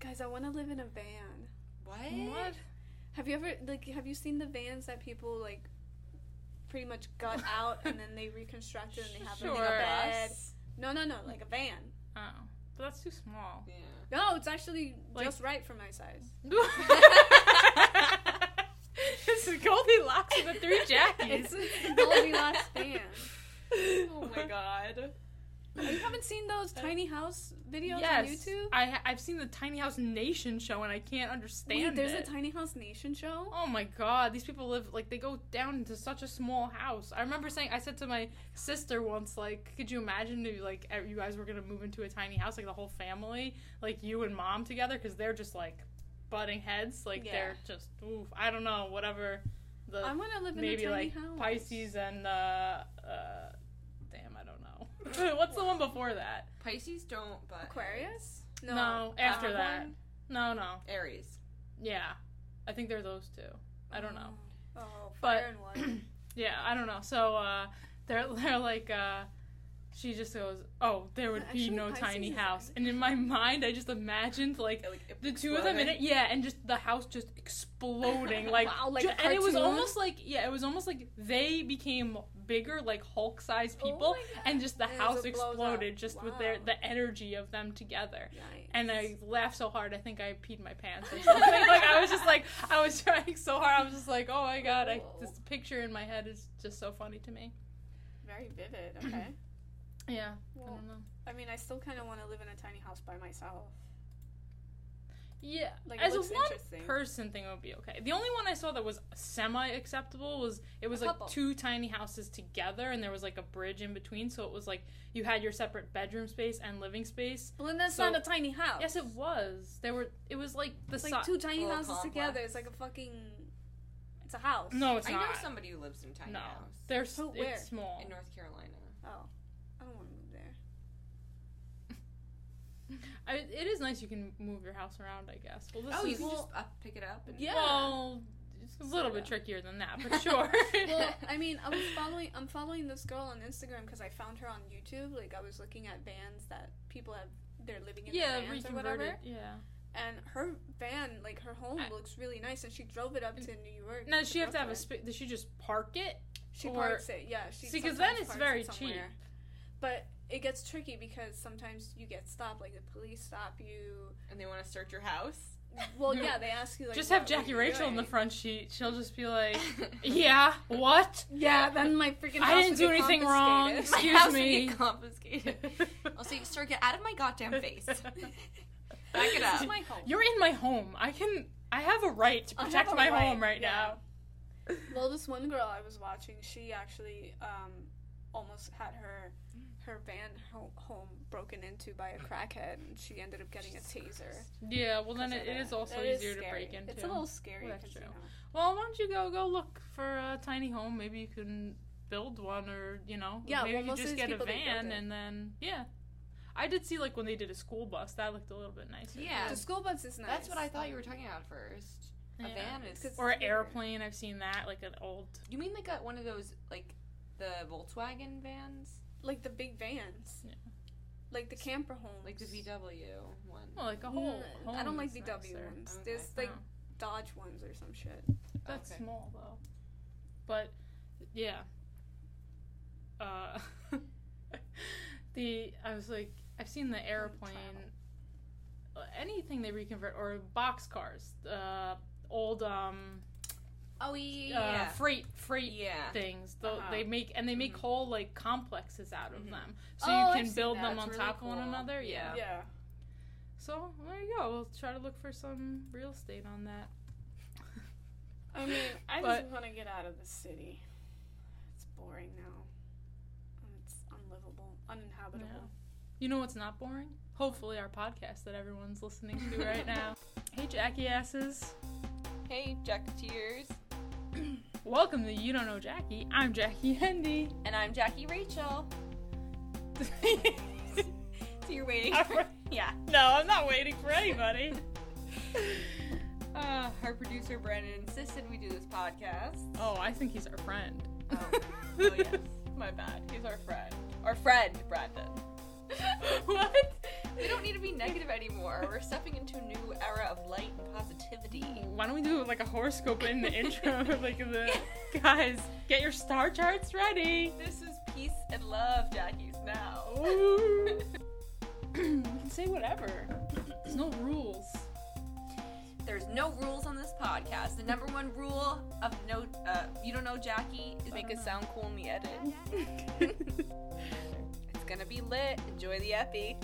Guys, I want to live in a van. What? What? Have you ever like have you seen the vans that people like pretty much gut out and then they reconstruct it and they have them in a Sure. bed? No, no, no, like a van. Oh, but that's too small. Yeah. No, it's actually Like- just right for my size. this is Goldilocks and the Three It's Jackies. a Goldilocks van. Oh my god. You haven't seen those tiny house videos Yes, on YouTube? I ha- I've seen the Tiny House Nation show and I can't understand Wait, there's it. a Tiny House Nation show. Oh my god, these people live like they go down into such a small house. I remember saying I said to my sister once like, could you imagine if like e- you guys were going to move into a tiny house like the whole family, like you and mom together cuz they're just like butting heads, like Yeah. they're just oof, I don't know, whatever the I want to live in Uh, maybe a tiny like house. Pisces and uh uh damn, I don't know. What's the one before that? Pisces don't, but Aquarius? No, after Um, that. No, no. Aries. Yeah. I think they're those two. I don't know. Oh, But- fire and water. Yeah, I don't know. So uh, they're they're like uh, she just goes, "Oh, there would Actually, be no Pisces tiny is- house." And in my mind, I just imagined like Yeah, like, it- the two of them in it, exploded. yeah, and just the house just exploding, like, Wow, like ju- a and it was cartoon? almost like yeah, it was almost like they became bigger, like Hulk-sized Oh my people, God. and just the And it house just blows up. exploded just with their Wow. the energy of them together. Nice. And I laughed so hard, I think I peed my pants or something. like I was just like, I was trying so hard. I was just like, oh my god, I, Oh. this picture in my head is just so funny to me. very vivid. Okay. Yeah, I Well, don't know. I mean, I still kind of want to live in a tiny house by myself. Yeah, Like, it as a looks one interesting. person thing would be okay. The only one I saw that was semi acceptable was it was A like couple. two tiny houses together, and there was like a bridge in between, so it was like you had your separate bedroom space and living space. Well, then that's So- not a tiny house. Yes, it was. There were. It was like the It's like si- two tiny Little houses together. It's like complex. a fucking. It's a house. No, it's I not. know somebody who lives in tiny no, house there's Who- where? it's small. in North Carolina. Oh, I don't want to move there. I, it is nice you can move your house around, I guess. Well, this oh, you is can just up, pick it up and Yeah. well, it's a little bit Yeah. trickier than that, but sure. well, I mean, I was following. I'm following this girl on Instagram because I found her on YouTube. Like, I was looking at vans that people have. They're living in their yeah, vans or reconverted. whatever. Yeah. And her van, like her home, I- looks really nice. And she drove it up to New York. Now, does she have to have a Brooklyn. space? Does she just park it? She Or- parks it, yeah. She See, 'cause sometimes then it's parks very it somewhere. But it gets tricky because sometimes you get stopped, like the police stop you. and they want to search your house. Well, yeah, they ask you like. just have what- what Jackie you're Rachel in the doing. front sheet. She'll just be like, "Yeah, what? Yeah, then my freaking. I house didn't would do get anything wrong. confiscated. My Excuse house me. Would get confiscated. I'll say, sir, get out of my goddamn face. Back it This is up. my home. You're in my home. I can. I have a right to I have protect a my right, home right yeah. now." Well, this one girl I was watching, she actually um, almost had her her van ho- home broken into by a crackhead, and she ended up getting a taser. Yeah. Well, then 'cause it, of it is also That easier to scary. break into. It's a little scary. Well, that's 'cause, you true. know. Well, why don't you go go look for a tiny home? Maybe you can build one, or you know, Yeah, maybe well, you most of just these get a people, they build van it. and then yeah. I did see like when they did a school bus that looked a little bit nicer. Yeah. The school bus is nice. That's what I thought you were talking about first. A Yeah. van is. 'Cause- or an Yeah. airplane. I've seen that like an old. You mean like a, one of those like the Volkswagen vans, like the big vans, Yeah. like the camper homes, like the VW one? Well, like a whole. Mm, home I don't like is VW nicer. ones. Okay. There's like Oh, Dodge ones or some shit. that's Okay. small though, but yeah. Uh, the I was like I've seen the airplane, uh, anything they reconvert or box cars, uh, old um Oh uh, yeah. freight freight yeah. things. Though Uh-huh. they make and they make Mhm. whole like complexes out of Mhm. them, so Oh, you I've can seen build that. them It's on really top of one cool. another. Yeah. Yeah. So there you go. We'll try to look for some real estate on that. I mean, I But- just want to get out of the city. It's boring now. And It's unlivable, uninhabitable. You know what's not boring? Hopefully, our podcast that everyone's listening to right now. Hey, Jackie asses. Uh, Hey, Jack Tears, Welcome to You Don't Know Jackie. I'm Jackie Hendy. and I'm Jackie Rachel. So you're waiting. yeah. No, I'm not waiting for anybody. Uh, our producer Brandon insisted we do this podcast. Oh, I think he's our friend. Oh, oh yes, my bad. He's our friend. Our friend Brandon. what? We don't need to be negative anymore. We're stepping into a new era of light and positivity. Why don't we do like a horoscope in the intro? like the guys, get your star charts ready. This is peace and love, Jackie's now. Ooh. we can say whatever. There's no rules. There's no rules on this podcast. The number one rule of no, uh, you don't know Jackie is make don't it know. sound cool in the edit. Ooh. It's gonna be lit. Enjoy the epi.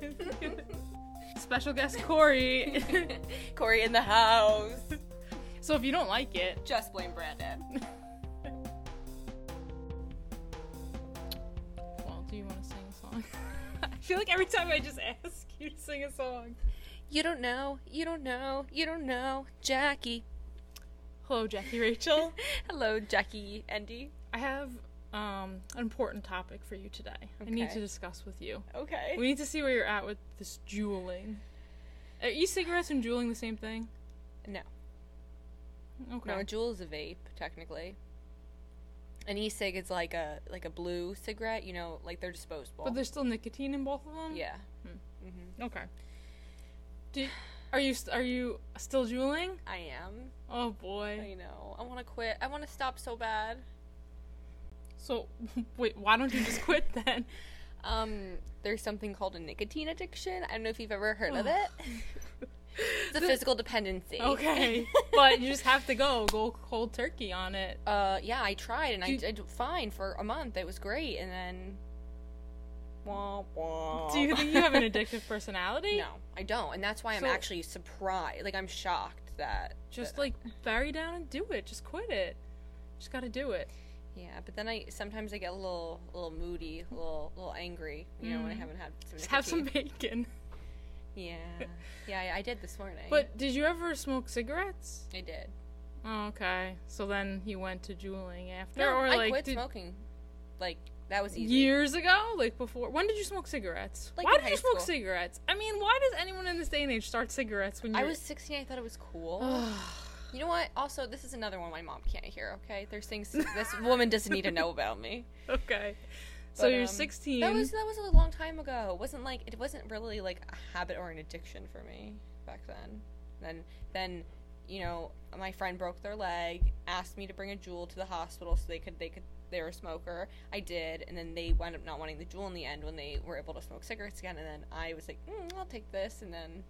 Special guest Corey. Corey in the house. so if you don't like it, Just blame Brandon. well, do you want to sing a song? I feel like every time I just ask you to sing a song. You don't know. You don't know. You don't know, Jackie. Hello, Jackie Oh. Rachel. Hello, Jackie. Andy. I have um, an important topic for you today. I need Okay. to discuss with you. Okay. We need to see where you're at with this juuling. Are e-cigarettes and juuling the same thing? no. Okay. No, a Juul is a vape technically. An e-cig is like a like a blue cigarette, you know, like they're disposable. but there's still nicotine in both of them. yeah. Hmm. hmm Okay. Do, are you st- are you still juuling? I am. Oh boy. I know. I want to quit. I want to stop so bad. So wait, why don't you just quit then? Um, there's something called a nicotine addiction. I don't know if you've ever heard of it. It's a The- physical dependency. Okay, but you just have to go go cold turkey on it. Uh, yeah, I tried and I Do- did fine for a month. It was great, and then. Wah, wah. Do you think you have an addictive personality? No, I don't, and that's why I'm So- actually surprised. Like I'm shocked that. Just like bury down and do it. Just quit it. Just gotta do it. Yeah, but then I sometimes I get a little, a little moody, a little, a little angry. You know, when I Mm. haven't had some. Just have some nicotine. bacon. Yeah, yeah, I, I did this morning. But did you ever smoke cigarettes? I did. Oh, okay. So then he went to juuling after, No, or I like quit did- smoking. Like that was easy. years ago, like before. When did you smoke cigarettes? Like why in did high you smoke school. cigarettes? I mean, why does anyone in this day and age start cigarettes when you're? I was 16. I thought it was cool. you know what? Also, this is another one my mom can't hear. Okay, there's things this woman doesn't need to know about me. okay. so But, you're um, 16. That was that was a long time ago. It wasn't like it wasn't really like a habit or an addiction for me back then. Then then you know my friend broke their leg, asked me to bring a jewel to the hospital so they could they could they were a smoker. I did, and then they wound up not wanting the jewel in the end when they were able to smoke cigarettes again. And then I was like, mm, I'll take this, and then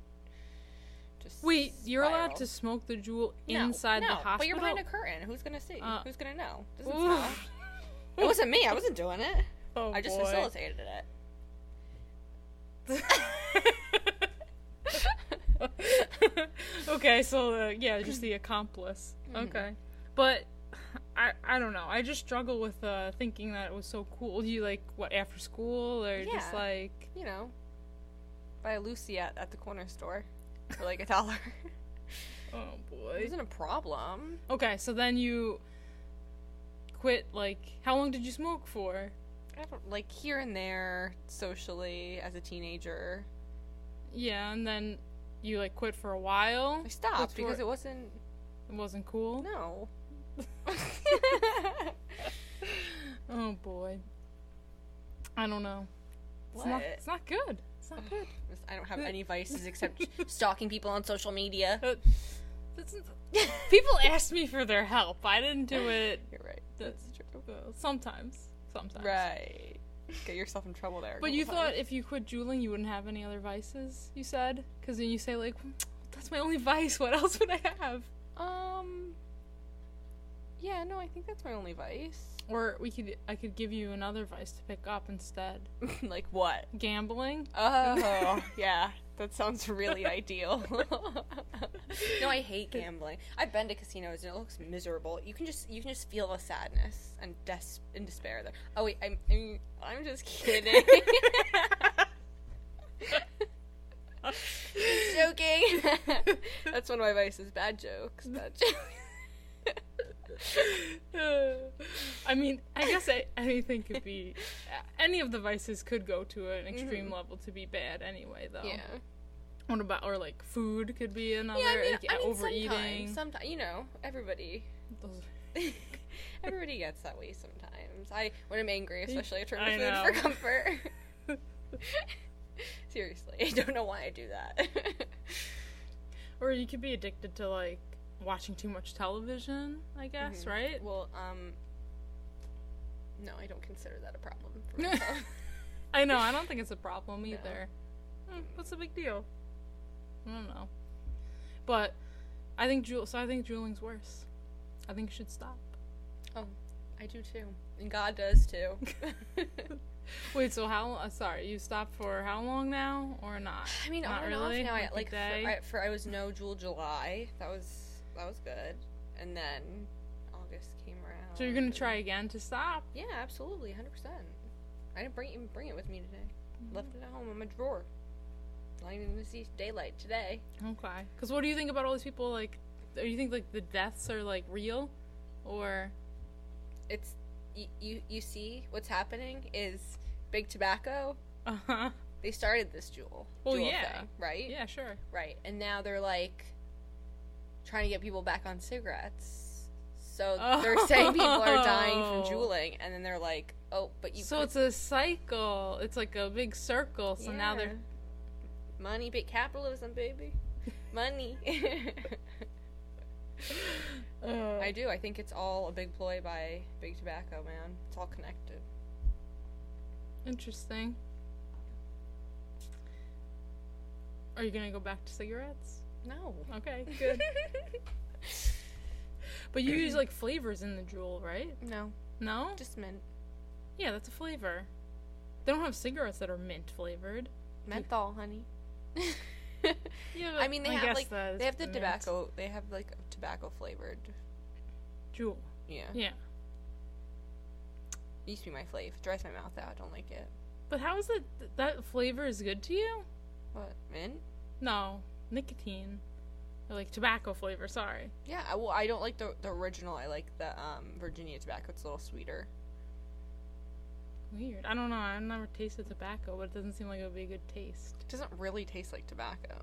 just Wait, you're allowed spiraled. to smoke the jewel No, inside no, the hospital. But you're behind a curtain. Who's gonna see? Uh, Who's gonna know? Doesn't Ooh. smell. It wasn't me. I wasn't doing it. Oh, I just boy. facilitated it. okay, so uh, yeah, just the accomplice. Mhm. Okay, but I I don't know. I just struggle with uh, thinking that it was so cool. You like what after school or just Yeah. like you know, buy a Lucy at, at the corner store for like a dollar. oh it boy. wasn't a problem. Okay, so then you quit. Like, how long did you smoke for? I don't like here and there socially as a teenager. Yeah, and then you like quit for a while. I stopped That's because where- it wasn't It wasn't cool. no. Oh boy. I don't know. It's not, What? it's not good. It's not good. I don't have any vices except stalking people on social media. Uh, that's- people asked me for their help. I didn't do it. You're right. That's- true. uh, Sometimes. Sometimes. Right. Get yourself in trouble there. a But you couple times. thought if you quit juuling, you wouldn't have any other vices, you said? Because then you say, like, that's my only vice. What else would I have? Um. Yeah, no, I think that's my only vice. Or we could, I could give you another vice to pick up instead. like what? Gambling. Oh, yeah. That sounds really ideal. no, I hate gambling. I've been to casinos and it looks miserable. You can just you can just feel the sadness and des and despair there. Oh wait, I'm I'm, I'm just kidding. Joking. That's one of my vices. Bad jokes. Bad jokes. I mean, I guess a anything could be, any of the vices could go to an extreme level to be bad anyway, though. Mm-hmm. yeah. What about or like food could be another Yeah, I mean, like, I mean overeating. sometimes, sometimes, you know, everybody Those- Everybody gets that way sometimes. I when I'm angry, especially I turn I to food know. for comfort. Seriously, I don't know why I do that. Or you could be addicted to like watching too much television, I guess, Mhm. right? well, um, no, I don't consider that a problem. For myself. I know, I don't think it's a problem No. either. Hmm, what's the big deal? I don't know. But I think jewel so I think jeweling's worse. I think you should stop. I do too, and God does too. Wait, so how uh, sorry, you stopped for how long now or not? I mean, Not on really, and off now. I, like like a for day? I, for I was no Jewel July. That was that was good, and then August came around. So you're going and- to try again to stop? Yeah, absolutely, hundred percent. I didn't bring even bring it with me today. Mm-hmm. Left it at home in my drawer. Not even gonna see daylight today. Okay. Cuz what do you think about all these people like do you think like the deaths are like real or It's you, you. You see what's happening is big tobacco. uh-huh. They started this jewel. Well, jewel yeah. thing, right. Yeah, sure. Right, and now they're like trying to get people back on cigarettes. So they're saying people are dying Oh. from juuling, and then they're like, "Oh, but you so put it's a cycle. It's like a big circle. So now they're money, big capitalism, baby, money." uh, I do. I think it's all a big ploy by big tobacco, man. It's all connected. Interesting. Are you gonna go back to cigarettes? No, Okay, good. but you use like flavors in the jewel, right? no, No? just mint, Yeah, that's a flavor. They don't have cigarettes that are mint flavored. menthol, honey. Yeah, I mean, they have guess like that is they have the mint. tobacco. They have like tobacco flavored. jewel. Yeah. Yeah, used to be my fave. Dries my mouth out. I don't like it. but how is it th- that flavor is good to you? What mint? No, nicotine, or like tobacco flavor. Sorry. Yeah. I, well, I don't like the the original. I like the um Virginia tobacco. It's a little sweeter. Weird. I don't know. I've never tasted tobacco, but it doesn't seem like it would be a good taste. It doesn't really taste like tobacco.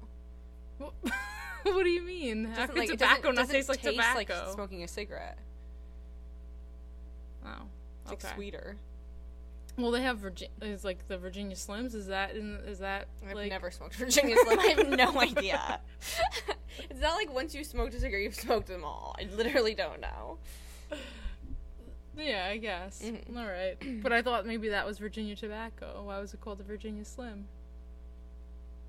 Wha- what do you mean? It How doesn't could like it tobacco doesn't- not doesn't taste like tobacco? like smoking a cigarette. It's oh, okay. like sweeter. Well, they have Virgi- is like the Virginia Slims. Is that in, is that I've like never smoked Virginia Slim. I have no idea. it's not like once you smoked a cigarette, you've smoked them all. I literally don't know. yeah? I guess. Mhm. All right, but I thought maybe that was Virginia tobacco. Why was it called the Virginia Slim?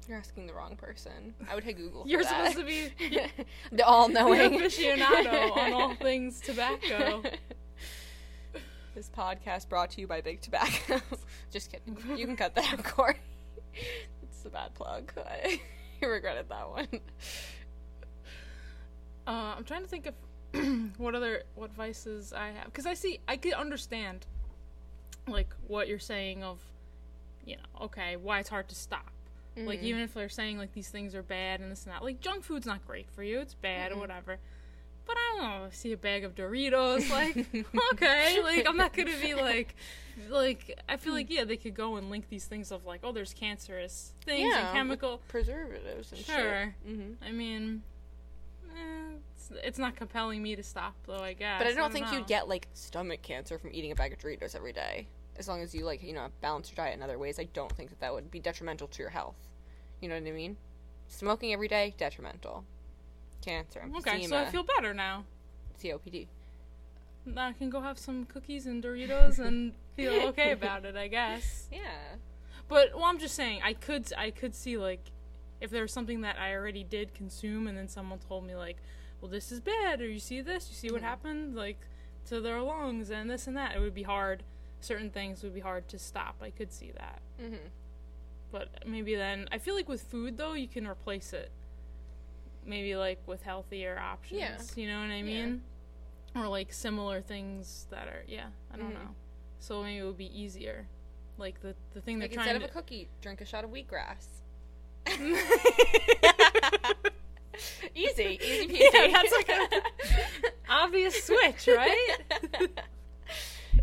You're asking the wrong person. I would hit Google. for You're that. supposed to be the all-knowing an aficionado on all things tobacco. This podcast brought to you by Big Tobacco. Just kidding. You can cut that out, Corey. It's a bad plug. I regretted that one. Uh, I'm trying to think of what other what vices I have because I see I could understand like what you're saying of you know okay why it's hard to stop like even if they're saying like these things are bad and this and that like junk food's not great for you it's bad or whatever but I don't know see a bag of Doritos like okay like I'm not gonna be like like I feel like yeah they could go and link these things of like oh there's cancerous things Yeah, and with chemical preservatives and sure. shit. Mm-hmm. I mean, eh, it's, it's not compelling me to stop, though. I guess. But I don't think know. you get like stomach cancer from eating a bag of Doritos every day. As long as you like, you know, balance your diet in other ways, I don't think that that would be detrimental to your health. You know what I mean? Smoking every day detrimental. Cancer, emphysema, Okay, so I feel better now. COPD. Now I can go have some cookies and Doritos and feel okay about it. I guess. Yeah. But well, I'm just saying, I could I could see like if there was something that I already did consume, and then someone told me like, well, this is bad, or you see this, you see Mm-hmm. what happened, like to their lungs and this and that. It would be hard. Certain things would be hard to stop. I could see that. Mm-hmm. but maybe then I feel like with food though you can replace it. Maybe like with healthier options. Yeah. You know what I Yeah. mean? Or like similar things that are yeah, I don't Mhm. know. So maybe it would be easier. Like the the thing Like they're instead of trying to a cookie, drink a shot of wheatgrass. easy, easy peasy. Yeah, that's like a- obvious switch, right?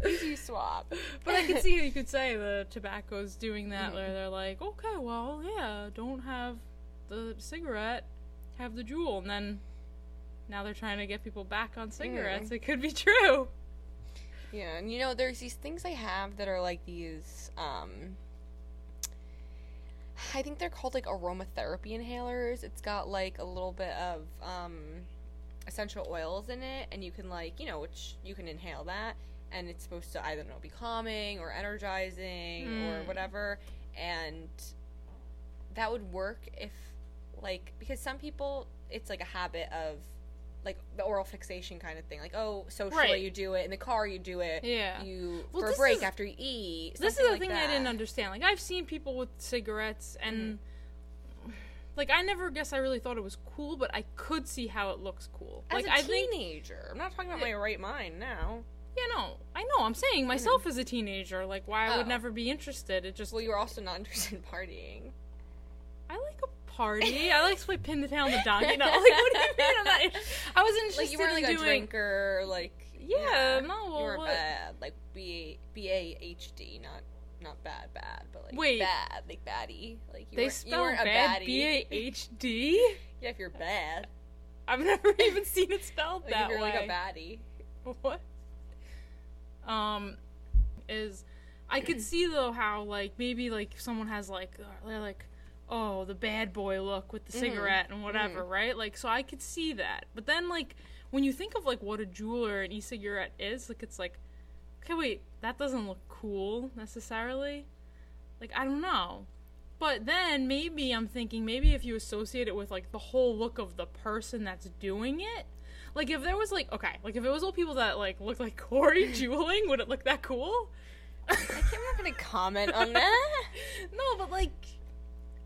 easy swap. but I can see how you could say the tobacco's doing that Mhm. where they're like, Okay, well, yeah, don't have the cigarette, have the jewel and then now they're trying to get people back on cigarettes. Mm. It could be true. Yeah, and you know, there's these things I have that are like these. um I think they're called like aromatherapy inhalers. It's got like a little bit of um, essential oils in it, and you can like you know which you can inhale that, and it's supposed to I don't know be calming or energizing or Mm. whatever, and that would work if like because some people it's like a habit of like the oral fixation kind of thing like oh socially Right. you do it in the car you do it Yeah. you Well, for a this break is- after you eat this is something the like thing I that. didn't understand. Like I've seen people with cigarettes and Mm-hmm. like I never guess I really thought it was cool, but I could see how it looks cool. As like a I think teenager, I'm not talking about my right mind now. yeah, no. I know, I'm saying myself as a teenager, like why I would Oh. never be interested. It just Well, you were also not interested in partying. I like a party. I like to play pin the tail on the donkey. No, like what do you mean? I'm not I was interested Like you weren't in like a doing drinker, like Yeah, no, you well, were what- bad, like b b a h d, not not bad, bad, but like Wait. bad, like baddie, like you They weren't, you spell weren't a bad baddie. B A H D. yeah, if you're bad, I've never even seen it spelled like that if you're way. like a baddie. what um is i could see though how like maybe like someone has like uh, they're like oh the bad boy look with the Mm-hmm. cigarette and whatever right like so i could see that but then like when you think of like what a jewel or an e-cigarette is like it's like okay wait that doesn't look cool necessarily like i don't know but then maybe i'm thinking maybe if you associate it with like the whole look of the person that's doing it like if there was like okay, like if it was all people that like looked like Corey jeweling, would it look that cool? I can't, I'm not gonna comment on that. No, but like,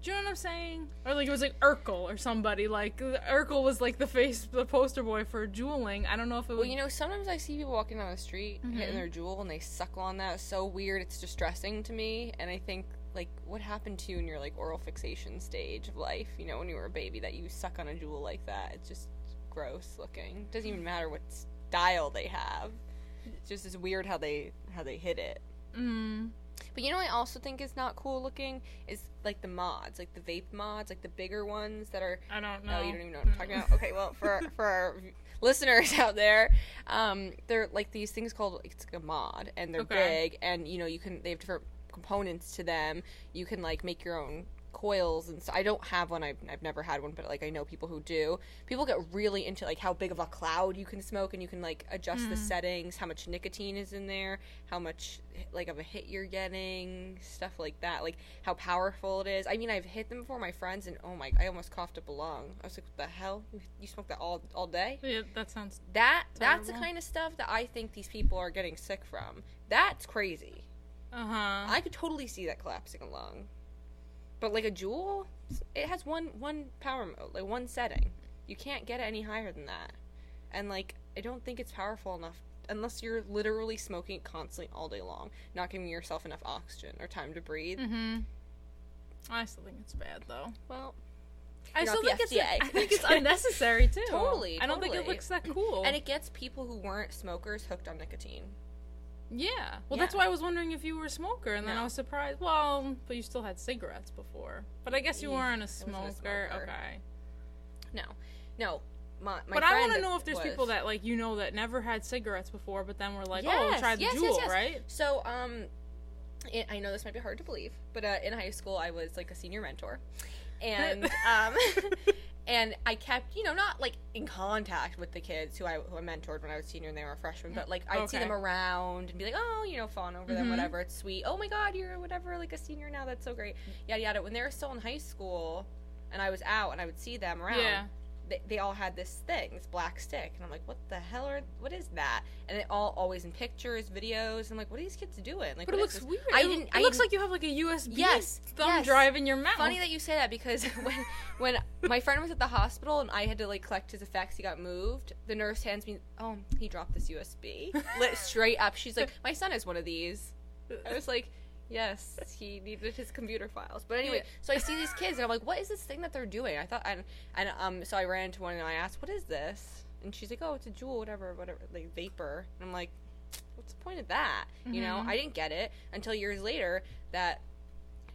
do you know what I'm saying? Or like it was like Urkel or somebody. Like Urkel was like the face, the poster boy for jeweling. I don't know if it was. Well, you know, sometimes I see people walking down the street hitting their jewel and they suckle on that. It's so weird. It's distressing to me. And I think, like, what happened to you in your, like, oral fixation stage of life, you know, when you were a baby, that you suck on a jewel like that? It's just gross looking. Doesn't even matter what style they have. It's just it's weird how they how they hit it. mm, But you know, what I also think is not cool looking is like the mods, like the vape mods, like the bigger ones that are I don't know. no, you don't even know what I'm talking about. Okay, well, for for our listeners out there, um, they're like these things called it's like a mod, and they're Okay. big, and you know you can they have different components to them. You can like make your own coils and so I don't have one I've, I've never had one but like I know people who do people get really into like how big of a cloud you can smoke and you can like adjust the settings how much nicotine is in there how much like of a hit you're getting stuff like that like how powerful it is I mean I've hit them before my friends and oh my I almost coughed up a lung I was like what the hell you, you smoke that all all day Yeah, that sounds. that that's the Terrible. kind of stuff that I think these people are getting sick from that's crazy Uh huh. I could totally see that collapsing along. But like a jewel, it has one one power mode, like one setting. You can't get it any higher than that. And like I don't think it's powerful enough unless you're literally smoking it constantly all day long, not giving yourself enough oxygen or time to breathe. Mm-hmm. I still think it's bad though. Well, I You're still not think the it's FDA. I think it's unnecessary too. Totally, I don't think it totally. looks that cool. and it gets people who weren't smokers hooked on nicotine. Yeah. Well, Yeah. that's why I was wondering if you were a smoker, and then No. I was surprised. Well, but you still had cigarettes before. But I guess you Yeah, weren't a wasn't a smoker. smoker. Okay. No. No. My, my but I friend want to know if there's was- people that like you know that never had cigarettes before, but then were like, "Oh, we'll Yes, try the yes, yes, jewel, yes. right?" So, um, it, I know this might be hard to believe, but uh, in high school, I was like a senior mentor, and um, and I kept, you know, not like in contact with the kids who I, who I mentored when I was senior and they were freshmen, but like I'd see Okay. Mm-hmm. them around and be like, oh, you know, fawn over them, whatever. It's sweet. Oh my God, you're whatever, like a senior now. That's so great. Yada yada. When they were still in high school, and I was out and I would see them around Yeah. they, they all had this thing, this black stick, and I'm like, what the hell are what is that? And it all always in pictures, videos. I'm like, what are these kids doing? Like, But it what looks is this? weird. I It- didn't. It I looks didn't- like you have like a USB Yes, thumb yes. drive in your mouth. Funny that you say that because when when my friend was at the hospital and I had to like collect his effects, he got moved. The nurse hands me, oh, he dropped this USB, lit straight up. She's like, my son has one of these. I was like. Yes, he needed his computer files. But anyway, Yeah. so I see these kids and I'm like, "What is this thing that they're doing?" I thought, and, and um, so I ran into one and I asked, "What is this?" And she's like, "Oh, it's a jewel, whatever, whatever, like vapor." And I'm like, "What's the point of that?" You know, I didn't get it until years later that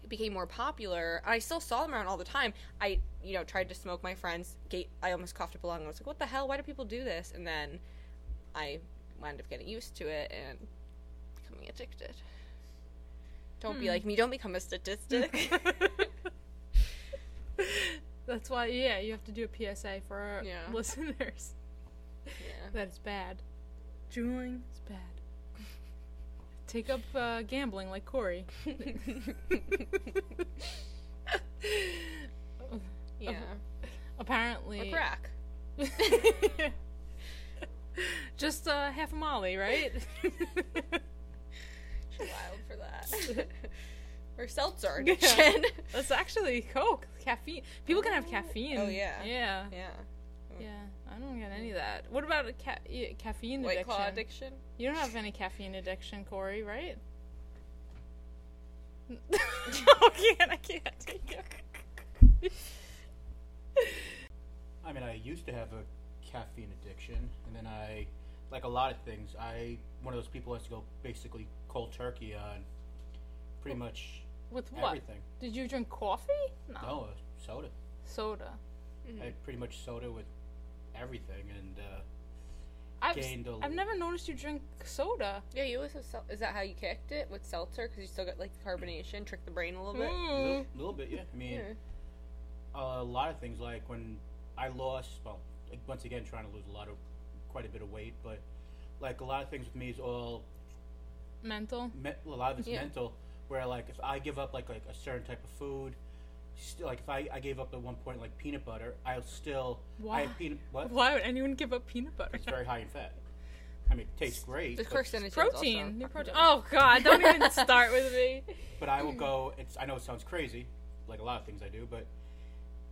it became more popular. I still saw them around all the time. I, you know, tried to smoke my friends. Gate. I almost coughed up a lung. I was like, "What the hell? Why do people do this?" And then I wound up getting used to it and becoming addicted. Don't be like me. Don't become a statistic. That's why, yeah, you have to do a PSA for our Yeah. listeners. Yeah. That it's bad. Juuling. It's bad. Take up uh, gambling like Corey. yeah. Apparently. Or crack. Just uh, half a molly, right? She's wild for that. or seltzer addiction. That's actually Coke. Caffeine. People can have caffeine. Oh, yeah. Yeah. Yeah. Yeah. I don't get any of that. What about a ca- yeah, caffeine White addiction? claw addiction. You don't have any caffeine addiction, Corey, right? no, I can't. I can't take it. I mean, I used to have a caffeine addiction, and then I, like a lot of things, I one of those people has to go basically cold turkey on pretty much With what? everything. Did you drink coffee? No, uh, soda. Soda. Mm-hmm. I had pretty much soda with everything, and uh, I've, s- gained a. I've never noticed you drink soda. Yeah, you also sel- is that how you kicked it with seltzer because you still got like carbonation, trick the brain a little bit. little, Mm. little bit, yeah. I mean, Yeah. a lot of things like when I lost, well, like, once again trying to lose a lot of, quite a bit of weight, but like a lot of things with me is all Mental. me- a lot of it's Yeah. mental. Where like if I give up like like a certain type of food, still like if I, I gave up at one point like peanut butter, I'll still I Why? have peanut what? Why would anyone give up peanut butter? It's very high in fat. I mean, it tastes great. The but- carcinogens Protein. also. New protein. Oh God! Don't even start with me. But I Mm. will go. It's I know it sounds crazy, like a lot of things I do, but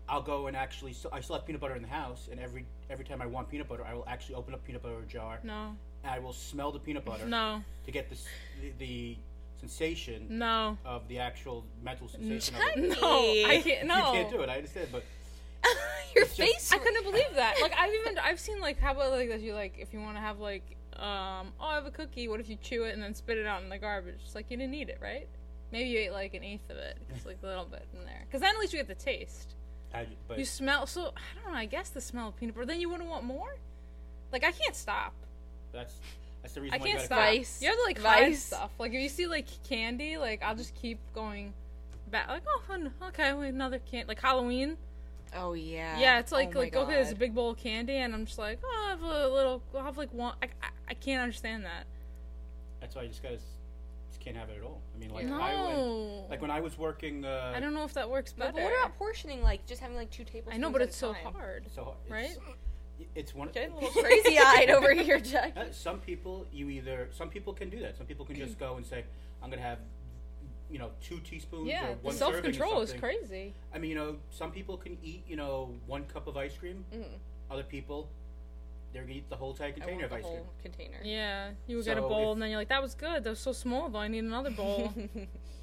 I'll go and actually still, I still have peanut butter in the house, and every every time I want peanut butter, I will actually open up peanut butter jar. No. And I will smell the peanut butter No. to get this the, the sensation No. of the actual mental oh, sensation. of it. Honey. No. I can't. No. You can't do it. I understand, but Your just- face. I couldn't believe that. Like I've even I've seen like how about like that you like if you want to have like um oh I have a cookie. What if you chew it and then spit it out in the garbage? It's like you didn't eat it, right? Maybe you ate like an eighth of it, just like a little bit in there. Because then at least you get the taste. I, but You smell. So I don't know. I guess the smell of peanut butter. Then you wouldn't want more. Like I can't stop. Oh That's that's the I reason why you can't gotta stop. quit. Vice. You have to like hide Vice. stuff. Like if you see like candy, like I'll just keep going back. Like oh hun- okay, wait, another candy. Like Halloween. Oh yeah. Yeah, it's like Oh my like okay, there's a God. big bowl of candy, and I'm just like, oh, I have a little, I'll have like one. I, I, I can't understand that. That's why you just gotta s- just can't have it at all. I mean, like I went, no, like when I was working, uh, I don't know if that works But better. what about portioning? Like just having like two tablespoons. I know, but at a it's so time? hard. so it's, It's one. Getting a little crazy eyed over here, Jack. Uh, Some people, you either some people can do that. Some people can Mm. just go and say, "I'm gonna have, you know, two teaspoons." Yeah, or the one self serving control or is something." crazy. I mean, you know, some people can eat, you know, one cup of ice cream. Mm-hmm. Mm. Other people, they're gonna eat the whole entire I container want of the ice cream. whole container. Yeah, you would get a So bowl, if- and then you're like, that was good. That was so small, though. I need another bowl.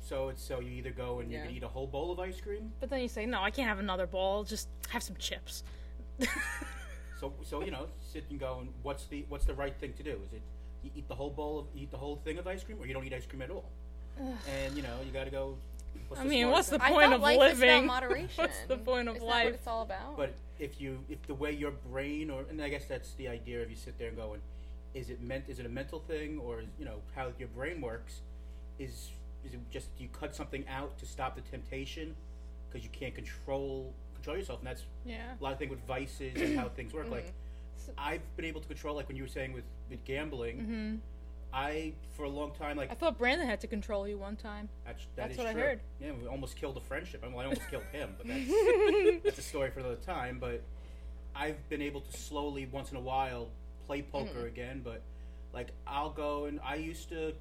So it's so you either go and Yeah. you can eat a whole bowl of ice cream. but then you say, no, I can't have another bowl. Just have some chips. So so you know, sit and go and what's the what's the right thing to do? Is it you eat the whole bowl of eat the whole thing of ice cream, or you don't eat ice cream at all? and you know, you got to go. What's I the mean, smarter what's thing? the I point thought of life is about living? moderation. What's the point of Isn't That what life? it's all about. But if you if the way your brain or and I guess that's the idea of you sit there and going, is it meant is it a mental thing or is, you know how your brain works, is is it just you cut something out to stop the temptation because you can't control control yourself and that's Yeah. a lot of thing with vices and how things work like. I've been able to control, like when you were saying with, with gambling. I for a long time, like I thought Brandon had to control you one time. That's, That's is what I true. heard. Yeah, we almost killed a friendship. I, mean, well, I almost killed him, but that's, that's a story for another time. But I've been able to slowly, once in a while, play poker again. But like, I'll go and I used to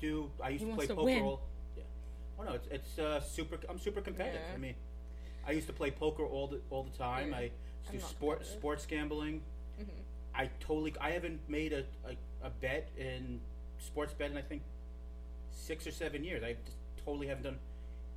do. I used He to wants play to poker. win. All, yeah. Oh no, it's it's uh, super. I'm super competitive. Yeah. I mean, I used to play poker all the all the time. Yeah. I I'm used to do not sports competitive. sports gambling. Mm-hmm. I totally. I haven't made a, a, a bet in sports bet in I think six or seven years. I just totally haven't done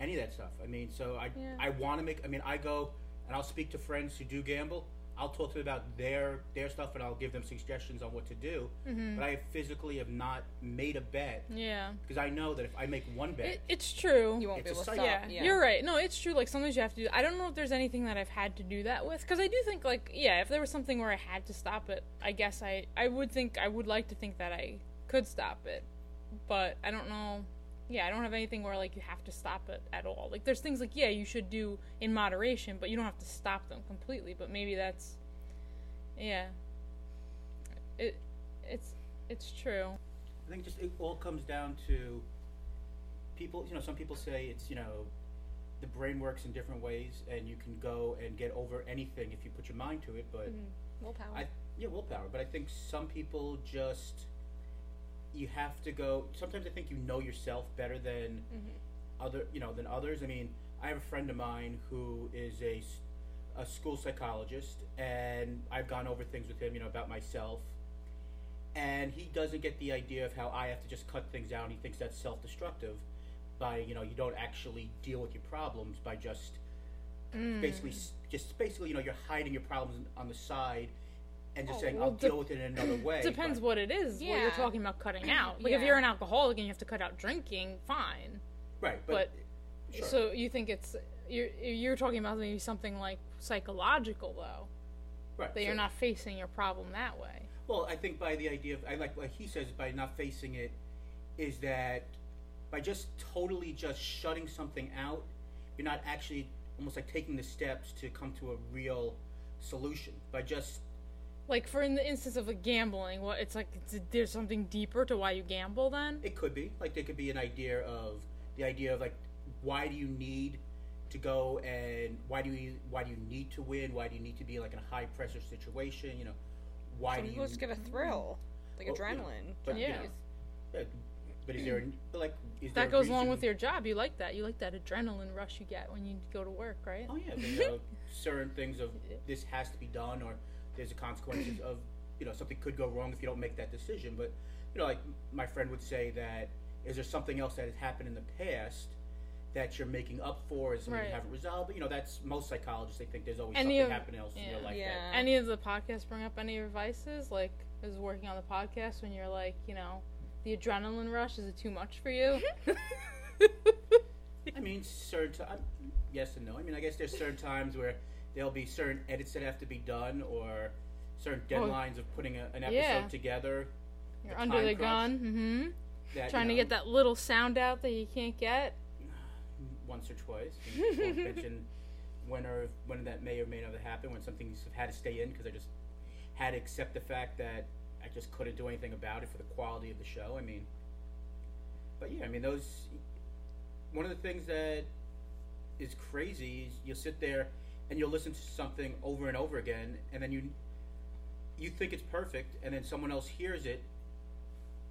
any of that stuff. I mean, so I Yeah. I want to make. I mean, I go and I'll speak to friends who do gamble. I'll talk to them about their their stuff and I'll give them suggestions on what to do. But I physically have not made a bet Mm-hmm. Yeah. because I know that if I make one bet, It, it's true. you won't be It's able a to stop. cycle. yeah, you're right. No, it's true. Like sometimes you have to do. I don't know if there's anything that I've had to do that with, because I do think like yeah, if there was something where I had to stop it, I guess I I would think I would like to think that I could stop it, but I don't know yeah, I don't have anything where like you have to stop it at all. Like there's things like yeah, you should do in moderation, but you don't have to stop them completely. But maybe that's yeah. It it's it's true. I think just it all comes down to people. You know, some people say it's you know the brain works in different ways, and you can go and get over anything if you put your mind to it. But Mm-hmm. Willpower. I yeah, willpower. But I think some people just you have to go. Sometimes I think you know yourself better than other you know than others. I mean, I have a friend of mine who is a s- a school psychologist, and I've gone over things with him, you know, about myself. And he doesn't get the idea of how I have to just cut things out. He thinks that's self-destructive, by you know, you don't actually deal with your problems by just Mm. basically s- just basically you know you're hiding your problems on the side and just Oh, saying well, I'll de- deal with it in another way. Depends but- what it is. What Yeah. you're talking about cutting out. Like if Yeah. you're an alcoholic and you have to cut out drinking, fine. right, but, sure. So you think it's you're you're talking about maybe something like psychological though right, that you're so- not facing your problem that way. Well, I think by the idea of I like what he says by not facing it is that by just totally just shutting something out, you're not actually almost like taking the steps to come to a real solution by just Like for in the instance of like gambling, what it's like it's, there's something deeper to why you gamble then. It could be like there could be an idea of the idea of like why do you need to go and why do you why do you need to win? Why do you need to be like in a high pressure situation? You know, why Some do people you? just get a thrill, like Well, yeah. adrenaline. but, you Yeah. know, yeah, but is there an- but, like is there That a goes along reason- with your job. You like that. You like that adrenaline rush you get when you go to work, right? Oh yeah, you know, certain things of this has to be done, or there's a consequences of you know something could go wrong if you don't make that decision. But you know, like my friend would say that is there something else that has happened in the past that you're making up for, is something Right. you haven't resolved? But you know, that's most psychologists they think there's always Any something of- happening else in your yeah. life. Yeah. Any of the podcasts bring up any of your vices? Like, is working on the podcast when you're like, you know, the adrenaline rush is it too much for you? That, I mean, certain ti- I'm- yes and no. I mean, I guess there's certain times where there'll be certain edits that have to be done, or certain deadlines of putting a, an episode Yeah. together. you're The under time the crunch. gun, hmm That, trying to you know, get that little sound out that you can't get. once or twice. We won't mention when or when that may or may not have happened. When something's had to stay in because I just had to accept the fact that I just couldn't do anything about it for the quality of the show. I mean, but yeah, I mean those. One of the things that is crazy is you'll sit there and you'll listen to something over and over again, and then you you think it's perfect, and then someone else hears it.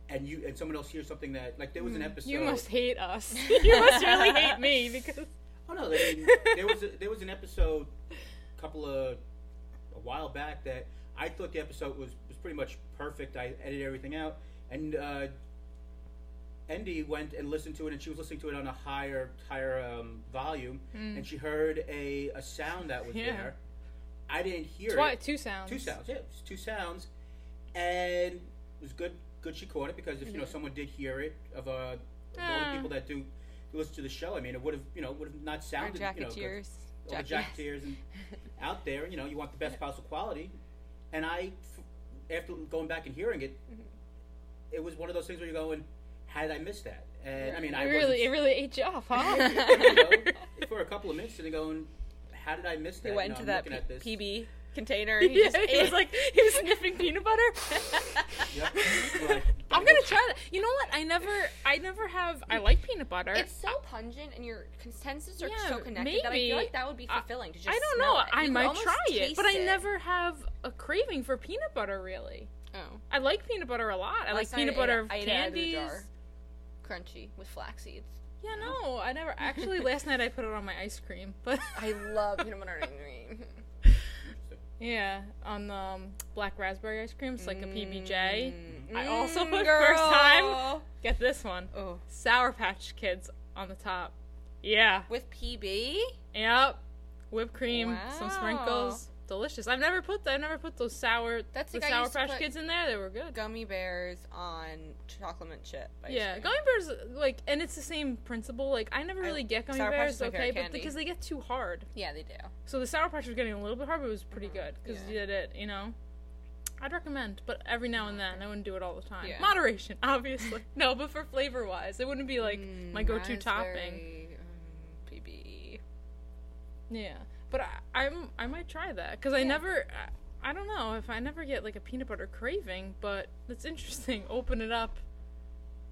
And you and someone else hears something that like there was an episode. Mm. You must hate us. you must really hate me because Oh no, I mean, there was a, there was an episode a couple of a while back that I thought the episode was, was pretty much perfect. I edited everything out, and uh, Andy went and listened to it, and she was listening to it on a higher higher um, volume, and she heard a, a sound that was Yeah. there. I didn't hear Twi- it. two sounds. Two sounds, yeah, it was two sounds, and it was good. Good she caught it because if you know someone did hear it of uh, of all the Mm-hmm. Ah. people that do who listen to the show, I mean, it would have you know would have not Our sounded you know good. Jacketeers. all the Jack- yes. Jacketeers and out there, you know, you want the best possible quality, and I, f- after going back and hearing it, Mm-hmm. it was one of those things where you're going, how did I miss that? And I mean, I it really, it wasn't- really ate you off, huh? you know, for a couple of minutes, and going, how did I miss that? He You went know, to I'm that looking at this. P- PB container. and He just he was ate. like, he was sniffing peanut butter. Yep. Like, I'm gonna try that. You know what? I never, I never have. I like peanut butter. It's so pungent, and your consensus are Yeah, so connected that I maybe. feel like that would be I- fulfilling to just. I don't smell know. It. I You could might almost try it, taste but I never have a craving for peanut butter. Really, Oh. I like peanut butter a lot. I like Last night peanut ate butter it- I ate it out of the candies. jar. Crunchy with flax seeds. Yeah, no, I never. Actually, last night I put it on my ice cream, but I love peanut butter and cream. yeah, on um, black raspberry ice cream. It's like a PBJ. I also Mm, put girl. first time. Get this one, Oh. Sour Patch Kids on the top. Yeah. With PB? Yep. Whipped cream, some Wow. sprinkles. Delicious. I've never put I never put those sour That's the like I sour used to patch put- kids in there. They were good. Gummy bears on chocolate mint chip. ice yeah, cream. gummy bears like, and it's the same principle. Like, I never I- really get gummy Sour Patch bears, is my favorite okay, but candy. because they get too hard. Yeah, they do. So the sour patch was getting a little bit hard, but it was pretty good because Yeah. you did it, you know. I'd recommend, but every now and then. I wouldn't do it all the time. Yeah. Moderation, obviously. no, but for flavor wise, it wouldn't be like Mm, my go to topping. raspberry, um, PB. Yeah. But I, I'm I might try that because I never I, I don't know if I never get like a peanut butter craving, but it's interesting. Open it up.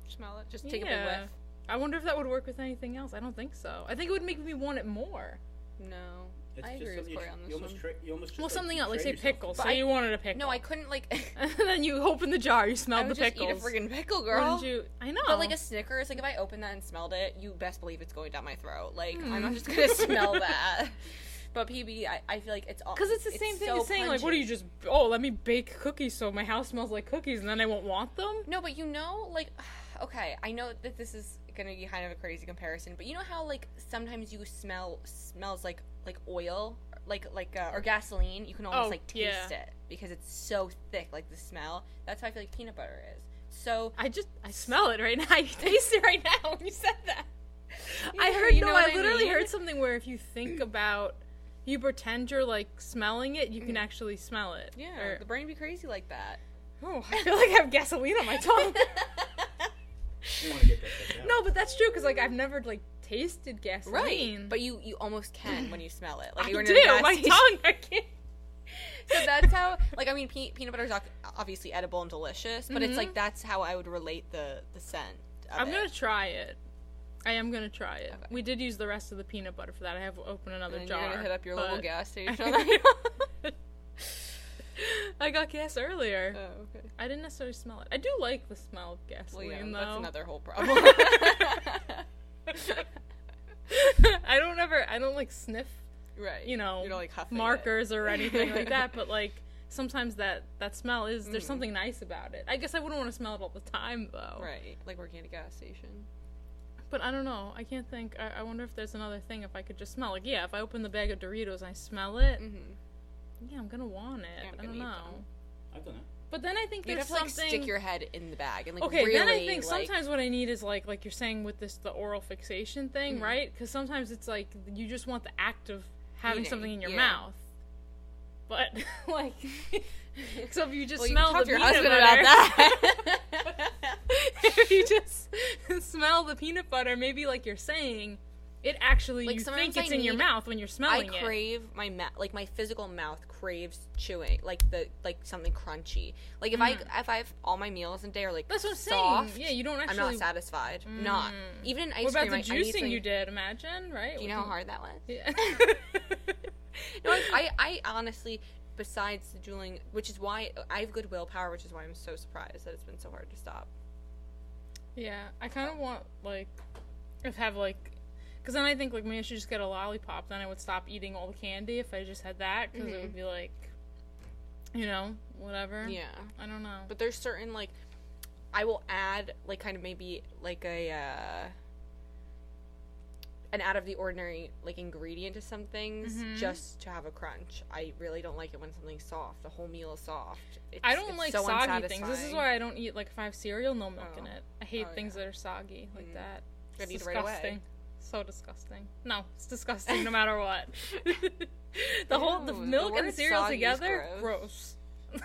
Smell it. Just take a Yeah. big I wonder if that would work with anything else. I don't think so. I think it would make me want it more. whiff. No. It's I just agree with something you Corey tr- on you this almost one. Tra- you almost just, Well, something else, like say train yourself. pickles. But So I- you wanted a pickle. No, I couldn't like. and then you open the jar, you smell I the would just eat pickles. a freaking pickle, girl. Wouldn't you? I know. But like a Snickers, like if I opened that and smelled it, you best believe it's going down my throat. Like I'm Hmm. not just gonna smell that. But PB, I, I feel like it's all Because it's the same thing so as saying, like, what do you pungent. just, oh, let me bake cookies so my house smells like cookies and then I won't want them? No, but you know, like, okay, I know that this is gonna be kind of a crazy comparison, but you know how like sometimes you smell smells like like oil, like like uh, or gasoline. You can almost Oh, like taste yeah. it because it's so thick, like the smell. That's how I feel like peanut butter is. So I just, I smell it right now. I taste it right now when you said that. I Yeah, heard, you no, know what I I literally mean. heard something where if you think about, you pretend you're, like, smelling it, you can actually smell it. Yeah. Or- Mm. the brain be crazy like that. oh, I feel like I have gasoline on my tongue. You want to get that stuff out. no, but that's true, because, like, I've never, like, tasted gasoline. Right, but you you almost can when you smell it. Like I you were in do. a gas My station. tongue, I can't. So that's how, like, I mean, pe- peanut butter is ob- obviously edible and delicious, but it's like that's how I would relate the the scent. Of Mm-hmm. I'm it. gonna try it. I am gonna try it. Okay. We did use the rest of the peanut butter for that. I have open another And jar. you're gonna hit up your local but- gas station. Oh, I got gas earlier. oh, okay. I didn't necessarily smell it. I do like the smell of Well, yeah, gasoline that's though. another whole problem. I don't ever. I don't like sniff. right. You know, you don't like huffing it. markers or anything like that. But like sometimes that that smell is there's Mm-hmm. something nice about it. I guess I wouldn't want to smell it all the time though. Right. Like working at a gas station. But I don't know. I can't think. I, I wonder if there's another thing if I could just smell. Like, yeah, if I open the bag of Doritos and I smell it, Mm-hmm. yeah, I'm gonna want it. I'm I gonna don't eat know. them. I don't know. But then I think You'd have there's to like something. stick your head in the bag and like okay, really. then I think like, sometimes what I need is like, like you're saying with this the oral fixation thing, Mm-hmm. right? Because sometimes it's like you just want the act of having Eating, something in your yeah. mouth. But like, so if you just Well, you smell can talk the to your peanut husband butter, about that. if you just smell the peanut butter, maybe like you're saying, it actually Like, you sometimes think it's I in your need- mouth when you're I smelling it. crave my ma- like my physical mouth craves chewing, like the like something crunchy. Like if I if I have all my meals in a day are like Mm. That's what I'm soft, saying. Yeah, you don't I'm actually. Mm. not satisfied. Not even in ice what about cream. the I- I need juicing something- you did? Imagine, right? Do you know how hard that was? Yeah. No, I, I, I honestly, besides the dueling, which is why I have good willpower, which is why I'm so surprised that it's been so hard to stop. yeah, I kind of want like, if have like, because then I think like maybe I should just get a lollipop. Then I would stop eating all the candy if I just had that, because it would be like, you know, whatever. Mm-hmm. Yeah. I don't know. But there's certain, like, I will add, like, kind of maybe, like, a, uh, an out of the ordinary, like, ingredient to some things Mm-hmm. just to have a crunch. I really don't like it when something's soft. The whole meal is soft. It's, I don't it's like so soggy things. This is unsatisfying. why I don't eat like if I have cereal, no milk in Oh. it. I hate Oh, Mm. things that are soggy like that. Gotta It's eat it right away. disgusting. So disgusting. No, it's disgusting no matter what. the whole the Ew, the milk and word cereal soggy is together, gross.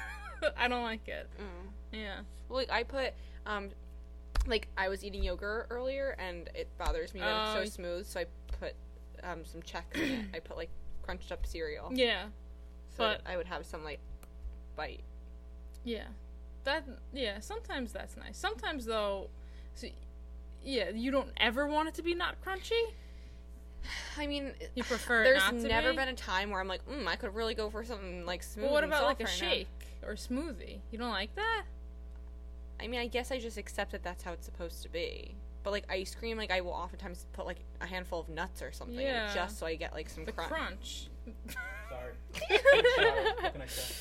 I don't like it. Mm. Yeah. Well, like I put, um, like I was eating yogurt earlier, and it bothers me that Oh. it's so smooth. So I put um some check in it. I put like crunched up cereal, Yeah. so but- that I would have some like bite. Yeah. That yeah, sometimes that's nice. Sometimes though so, yeah, you don't ever want it to be not crunchy. I mean, You prefer it there's not to never be? been a time where I'm like, mm, I could really go for something like smooth. But what and about like soft a right now." shake or smoothie? You don't like that? I mean, I guess I just accept that that's how it's supposed to be. But like ice cream, like I will oftentimes put like a handful of nuts or something in it Yeah. just so I get like some The crunch. crunch. Sorry. I'm sorry. What can I say?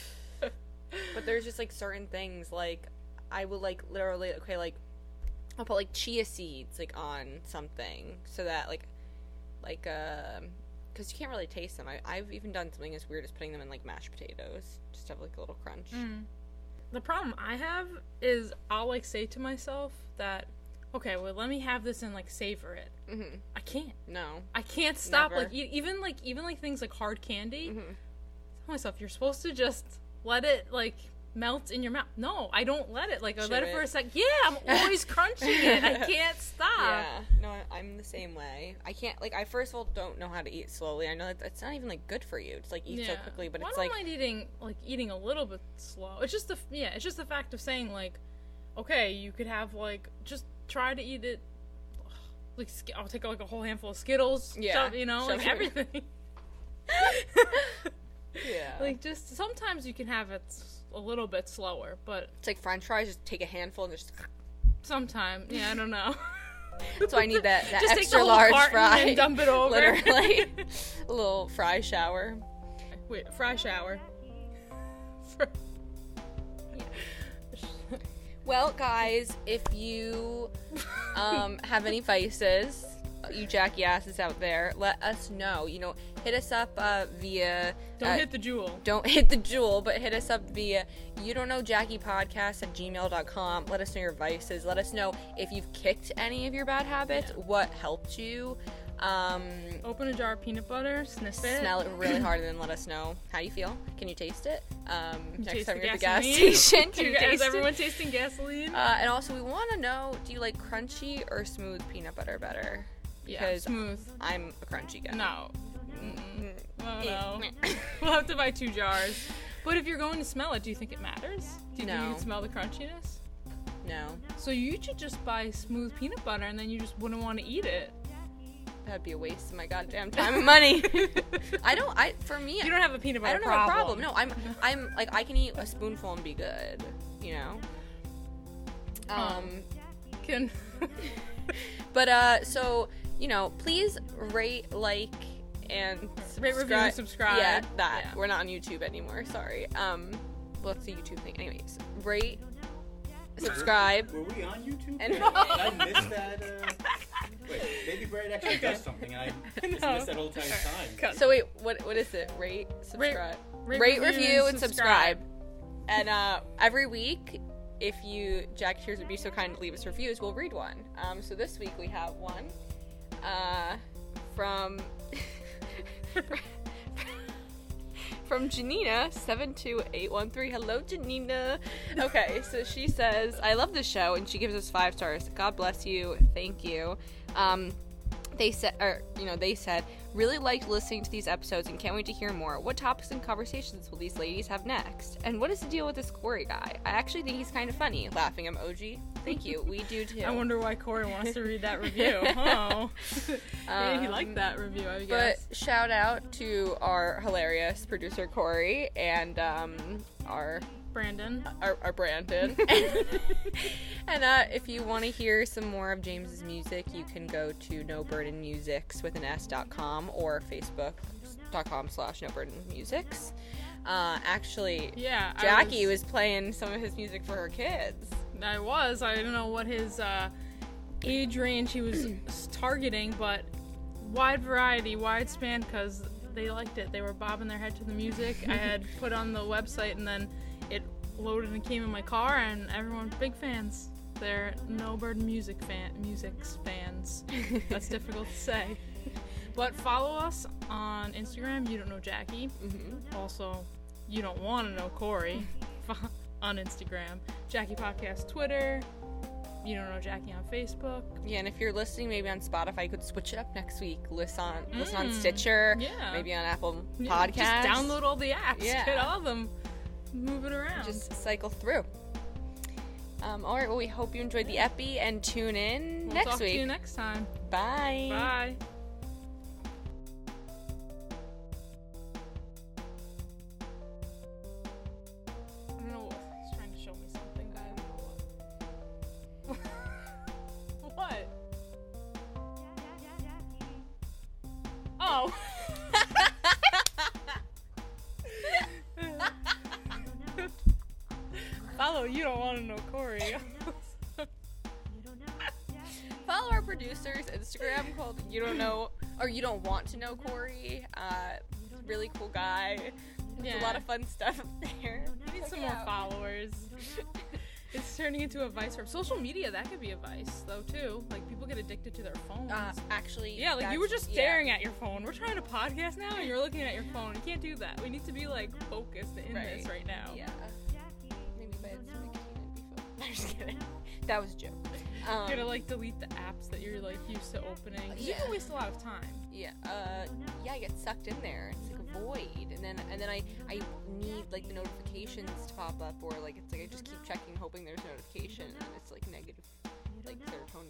But there's just like certain things like I will like literally okay like I'll put like chia seeds like on something so that like like um because you can't really taste them. I, I've even done something as weird as putting them in like mashed potatoes just to have like a little crunch. Mm. the problem I have is I'll like say to myself that, okay, well let me have this and like savor it. Mm-hmm. I can't. No, I can't stop. Never. Mm-hmm. Like e- even like even like things like hard candy. I tell myself you're supposed to just let it like melts in your mouth. No, I don't let it. Like I Chew let it, for it. a sec. Yeah, I'm always crunching it. I can't stop. Yeah, no, I- I'm the same way. I can't like I first of all don't know how to eat slowly. I know that it's not even like good for you. It's like eat so Yeah. quickly, but Well, it's I like don't mind eating like eating a little bit slow. It's just the f- yeah, it's just the fact of saying like, okay, you could have like just try to eat it. Like Sk- I'll take like a whole handful of Skittles. Yeah. shove- you know, Shove like it. everything. yeah. like just sometimes you can have it s- a little bit slower, but it's like french fries just take a handful and just sometime yeah, I don't know. So I need that- that just take the extra whole large carton fry, and dump it over. literally a little fry shower. Wait, fry shower. Well, guys, if you um, have any vices, you jackasses out there, let us know. You know, hit us up uh, via. Don't uh, hit the jewel. don't hit the jewel, but hit us up via you don't know Jackie podcast at gmail.com. Let us know your vices. Let us know if you've kicked any of your bad habits, what helped you. Um, Open a jar of peanut butter, sniff it. smell it really hard and then let us know how you feel. Can you taste it? Um, next Taste time the you're at the gas gasoline. station, Do can you you guys, taste it? everyone tasting gasoline? Uh, and also, we want to know: Do you like crunchy or smooth peanut butter better? yeah, Because smooth. I'm a crunchy guy. No. Mm-mm. Oh, Eh, no. we'll have to buy two jars. But if you're going to smell it, do you think it matters? Do you think No. you can smell the crunchiness? no, So you should just buy smooth peanut butter and then you just wouldn't want to eat it. that'd be a waste of my goddamn time and money. I don't. I for me, You don't have a peanut I butter don't have a problem. No, I'm. I'm like I can eat a spoonful and be good. You know. Um. Can- But uh, so you know, please rate, like, and Rate, review, and subscribe. Yeah, that. Yeah. We're not on YouTube anymore. Sorry. Um, well, it's a YouTube thing. Anyways, rate, subscribe. Were we on YouTube? And- Did I miss that? Uh... Wait, Baby Bright actually does something, and I just missed that whole entire time. So wait, what what is it? Rate, subscribe, rate, review, and subscribe. And uh, every week, if you Jack Cheers would be so kind to leave us reviews, we'll read one. Um, so this week we have one uh, from from Janina seven two eight one three. Hello, Janina. Okay, so she says, "I love this show," and she gives us five stars. God bless you. Thank you. Um, they said, or you know, they said, really liked listening to these episodes and can't wait to hear more. What topics and conversations will these ladies have next? And what is the deal with this Corey guy? I actually think he's kind of funny. Laughing emoji. Thank you. We do too. I wonder why Corey wants to read that review. Oh. yeah, he Um, liked that review, I But guess. shout out to our hilarious producer Corey and um, our Brandon. are, are Brandon. and uh, if you want to hear some more of James's music, you can go to No Burden Musics with an S dot com or Facebook.com slash No Burden Musics. Uh, actually, Yeah. I Jackie was... playing some of his music for her kids. I was. I don't know what his uh, age range he was targeting, but wide variety, wide span, because they liked it. They were bobbing their head to the music. I had put on the website, and then it loaded and came in my car, and everyone big fans. They're no burden music fan, music's fans. That's difficult to say. But follow us on Instagram. You don't know Jackie. Also, you don't want to know Corey on Instagram. Jackie Podcast Twitter. You don't know Jackie on Facebook. Yeah, and if you're listening, maybe on Spotify, you could switch it up next week. Listen on, listen on Stitcher. Mm. yeah. Maybe on Apple Yeah, Podcasts. Just download all the apps. Yeah. Get all of them. Move it around. just cycle through. Um, all right. Well, we hope you enjoyed the epi and tune in we'll next talk week. to you next time. Bye. Bye. I don't know what he's trying to show me something, but I don't know what. what? Oh. Follow, you don't want to know Corey. Follow our producer's Instagram called You Don't Know or You Don't Want to Know Corey. Uh, really cool guy. There's a lot of fun stuff up there. We need some more followers. it's turning into a vice for social media. That could be a vice though too. Like people get addicted to their phones. Uh, actually, yeah, like you that's- were just yeah. staring at your phone. We're trying to podcast now, and you're looking at your phone. You can't do that. We need to be like focused in this Right. right now. Yeah. beds to make it I'm just kidding. That was a joke. Um, You're gonna like delete the apps that you're like used to opening. 'Cause You Yeah. can waste a lot of time. yeah, uh, yeah, I get sucked in there. It's like a void, and then and then I I need like the notifications to pop up, or like it's like I just keep checking, hoping there's notification, and then it's like negative, like serotonin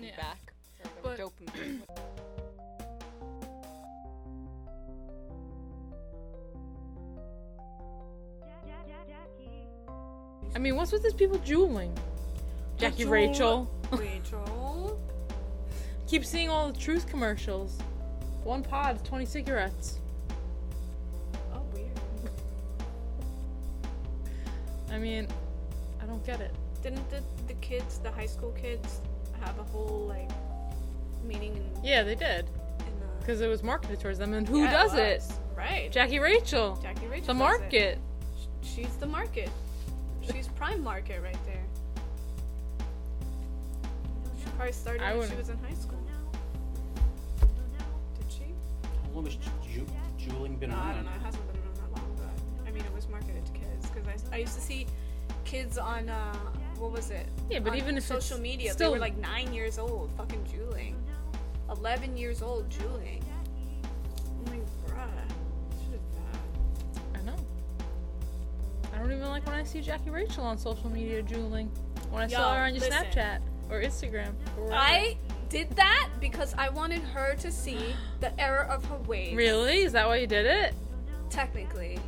feedback or But- whatever, dopamine. I mean, what's with these people juuling? Jackie Rachel. Rachel. Keep seeing all the truth commercials. One pod, 20 cigarettes. Oh, weird. I mean, I don't get it. Didn't the, the kids, the high school kids, have a whole like meeting in, Yeah, they did. in uh, Because it was marketed towards them. And who Yeah, does it? was. Right. Jackie Rachel. Jackie Rachel. the does it. market. She's the market. She's prime market right there. She probably started I when she wouldn't- was in high school. Did she? How long has ju- juuling been No, on? I don't know. It hasn't been around that long, but I mean, it was marketed to kids because I, I used to see kids on uh, what was it? Yeah, but on even if social it's media, still- they were like nine years old, fucking juuling. Eleven years old, juuling. I'm like, bruh, shit is bad. I know. I don't even like when I see Jackie Rachel on social media juuling. When I saw Yo, her on your listen. Snapchat or Instagram. Or whatever. I did that because I wanted her to see the error of her ways. Really? Is that why you did it? Technically,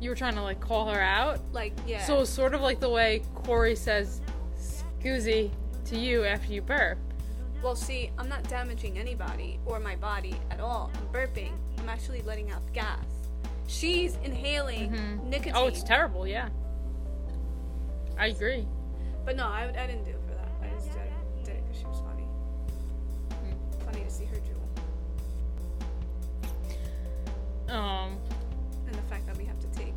You were trying to like call her out? like, yeah. So it's sort of like the way Corey says "scoozy" to you after you burp. Well, see, I'm not damaging anybody or my body at all. I'm burping. I'm actually letting out gas. She's inhaling nicotine. Oh, it's terrible. Yeah, I agree. But no, I, would- I didn't do it for that. I just did, did it because she was funny. Hmm. Funny to see her jewel. Um, And the fact that we have to take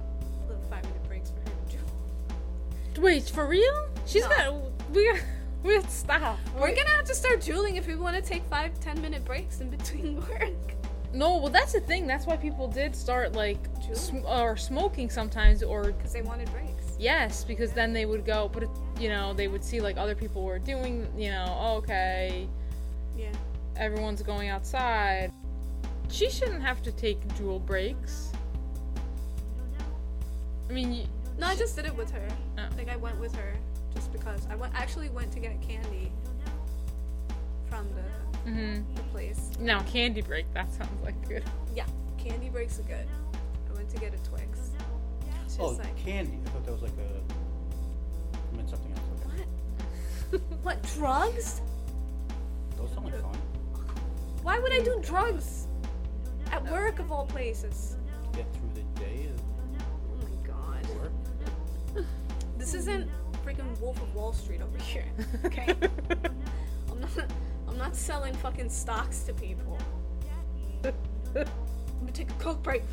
little five minute breaks for her to jewel. wait, for real? She's No. got we got we got to stop. We're gonna have to start jeweling if we want to take five, ten minute breaks in between work. No, well that's the thing. That's why people did start like Juuling? sm- or smoking sometimes or Because they wanted breaks. Yes, because then they would go, but it, you know, they would see like other people were doing, you know, okay, Yeah. everyone's going outside. She shouldn't have to take dual breaks. I mean, you, No, I just did it with her. Oh. Like I went with her just because I went, actually went to get candy from the mhm. the place. now candy break, that sounds like good. Yeah, candy breaks are good. I went to get a Twix. She's Oh, like, candy. I thought that was like a. I meant something else. Okay. what drugs? Those sound like fun. Why would I do drugs? At work of all places. Get through the day of Oh my god. work. This isn't freaking Wolf of Wall Street over here. Okay. I'm not I'm not selling fucking stocks to people. I'm gonna take a coke break.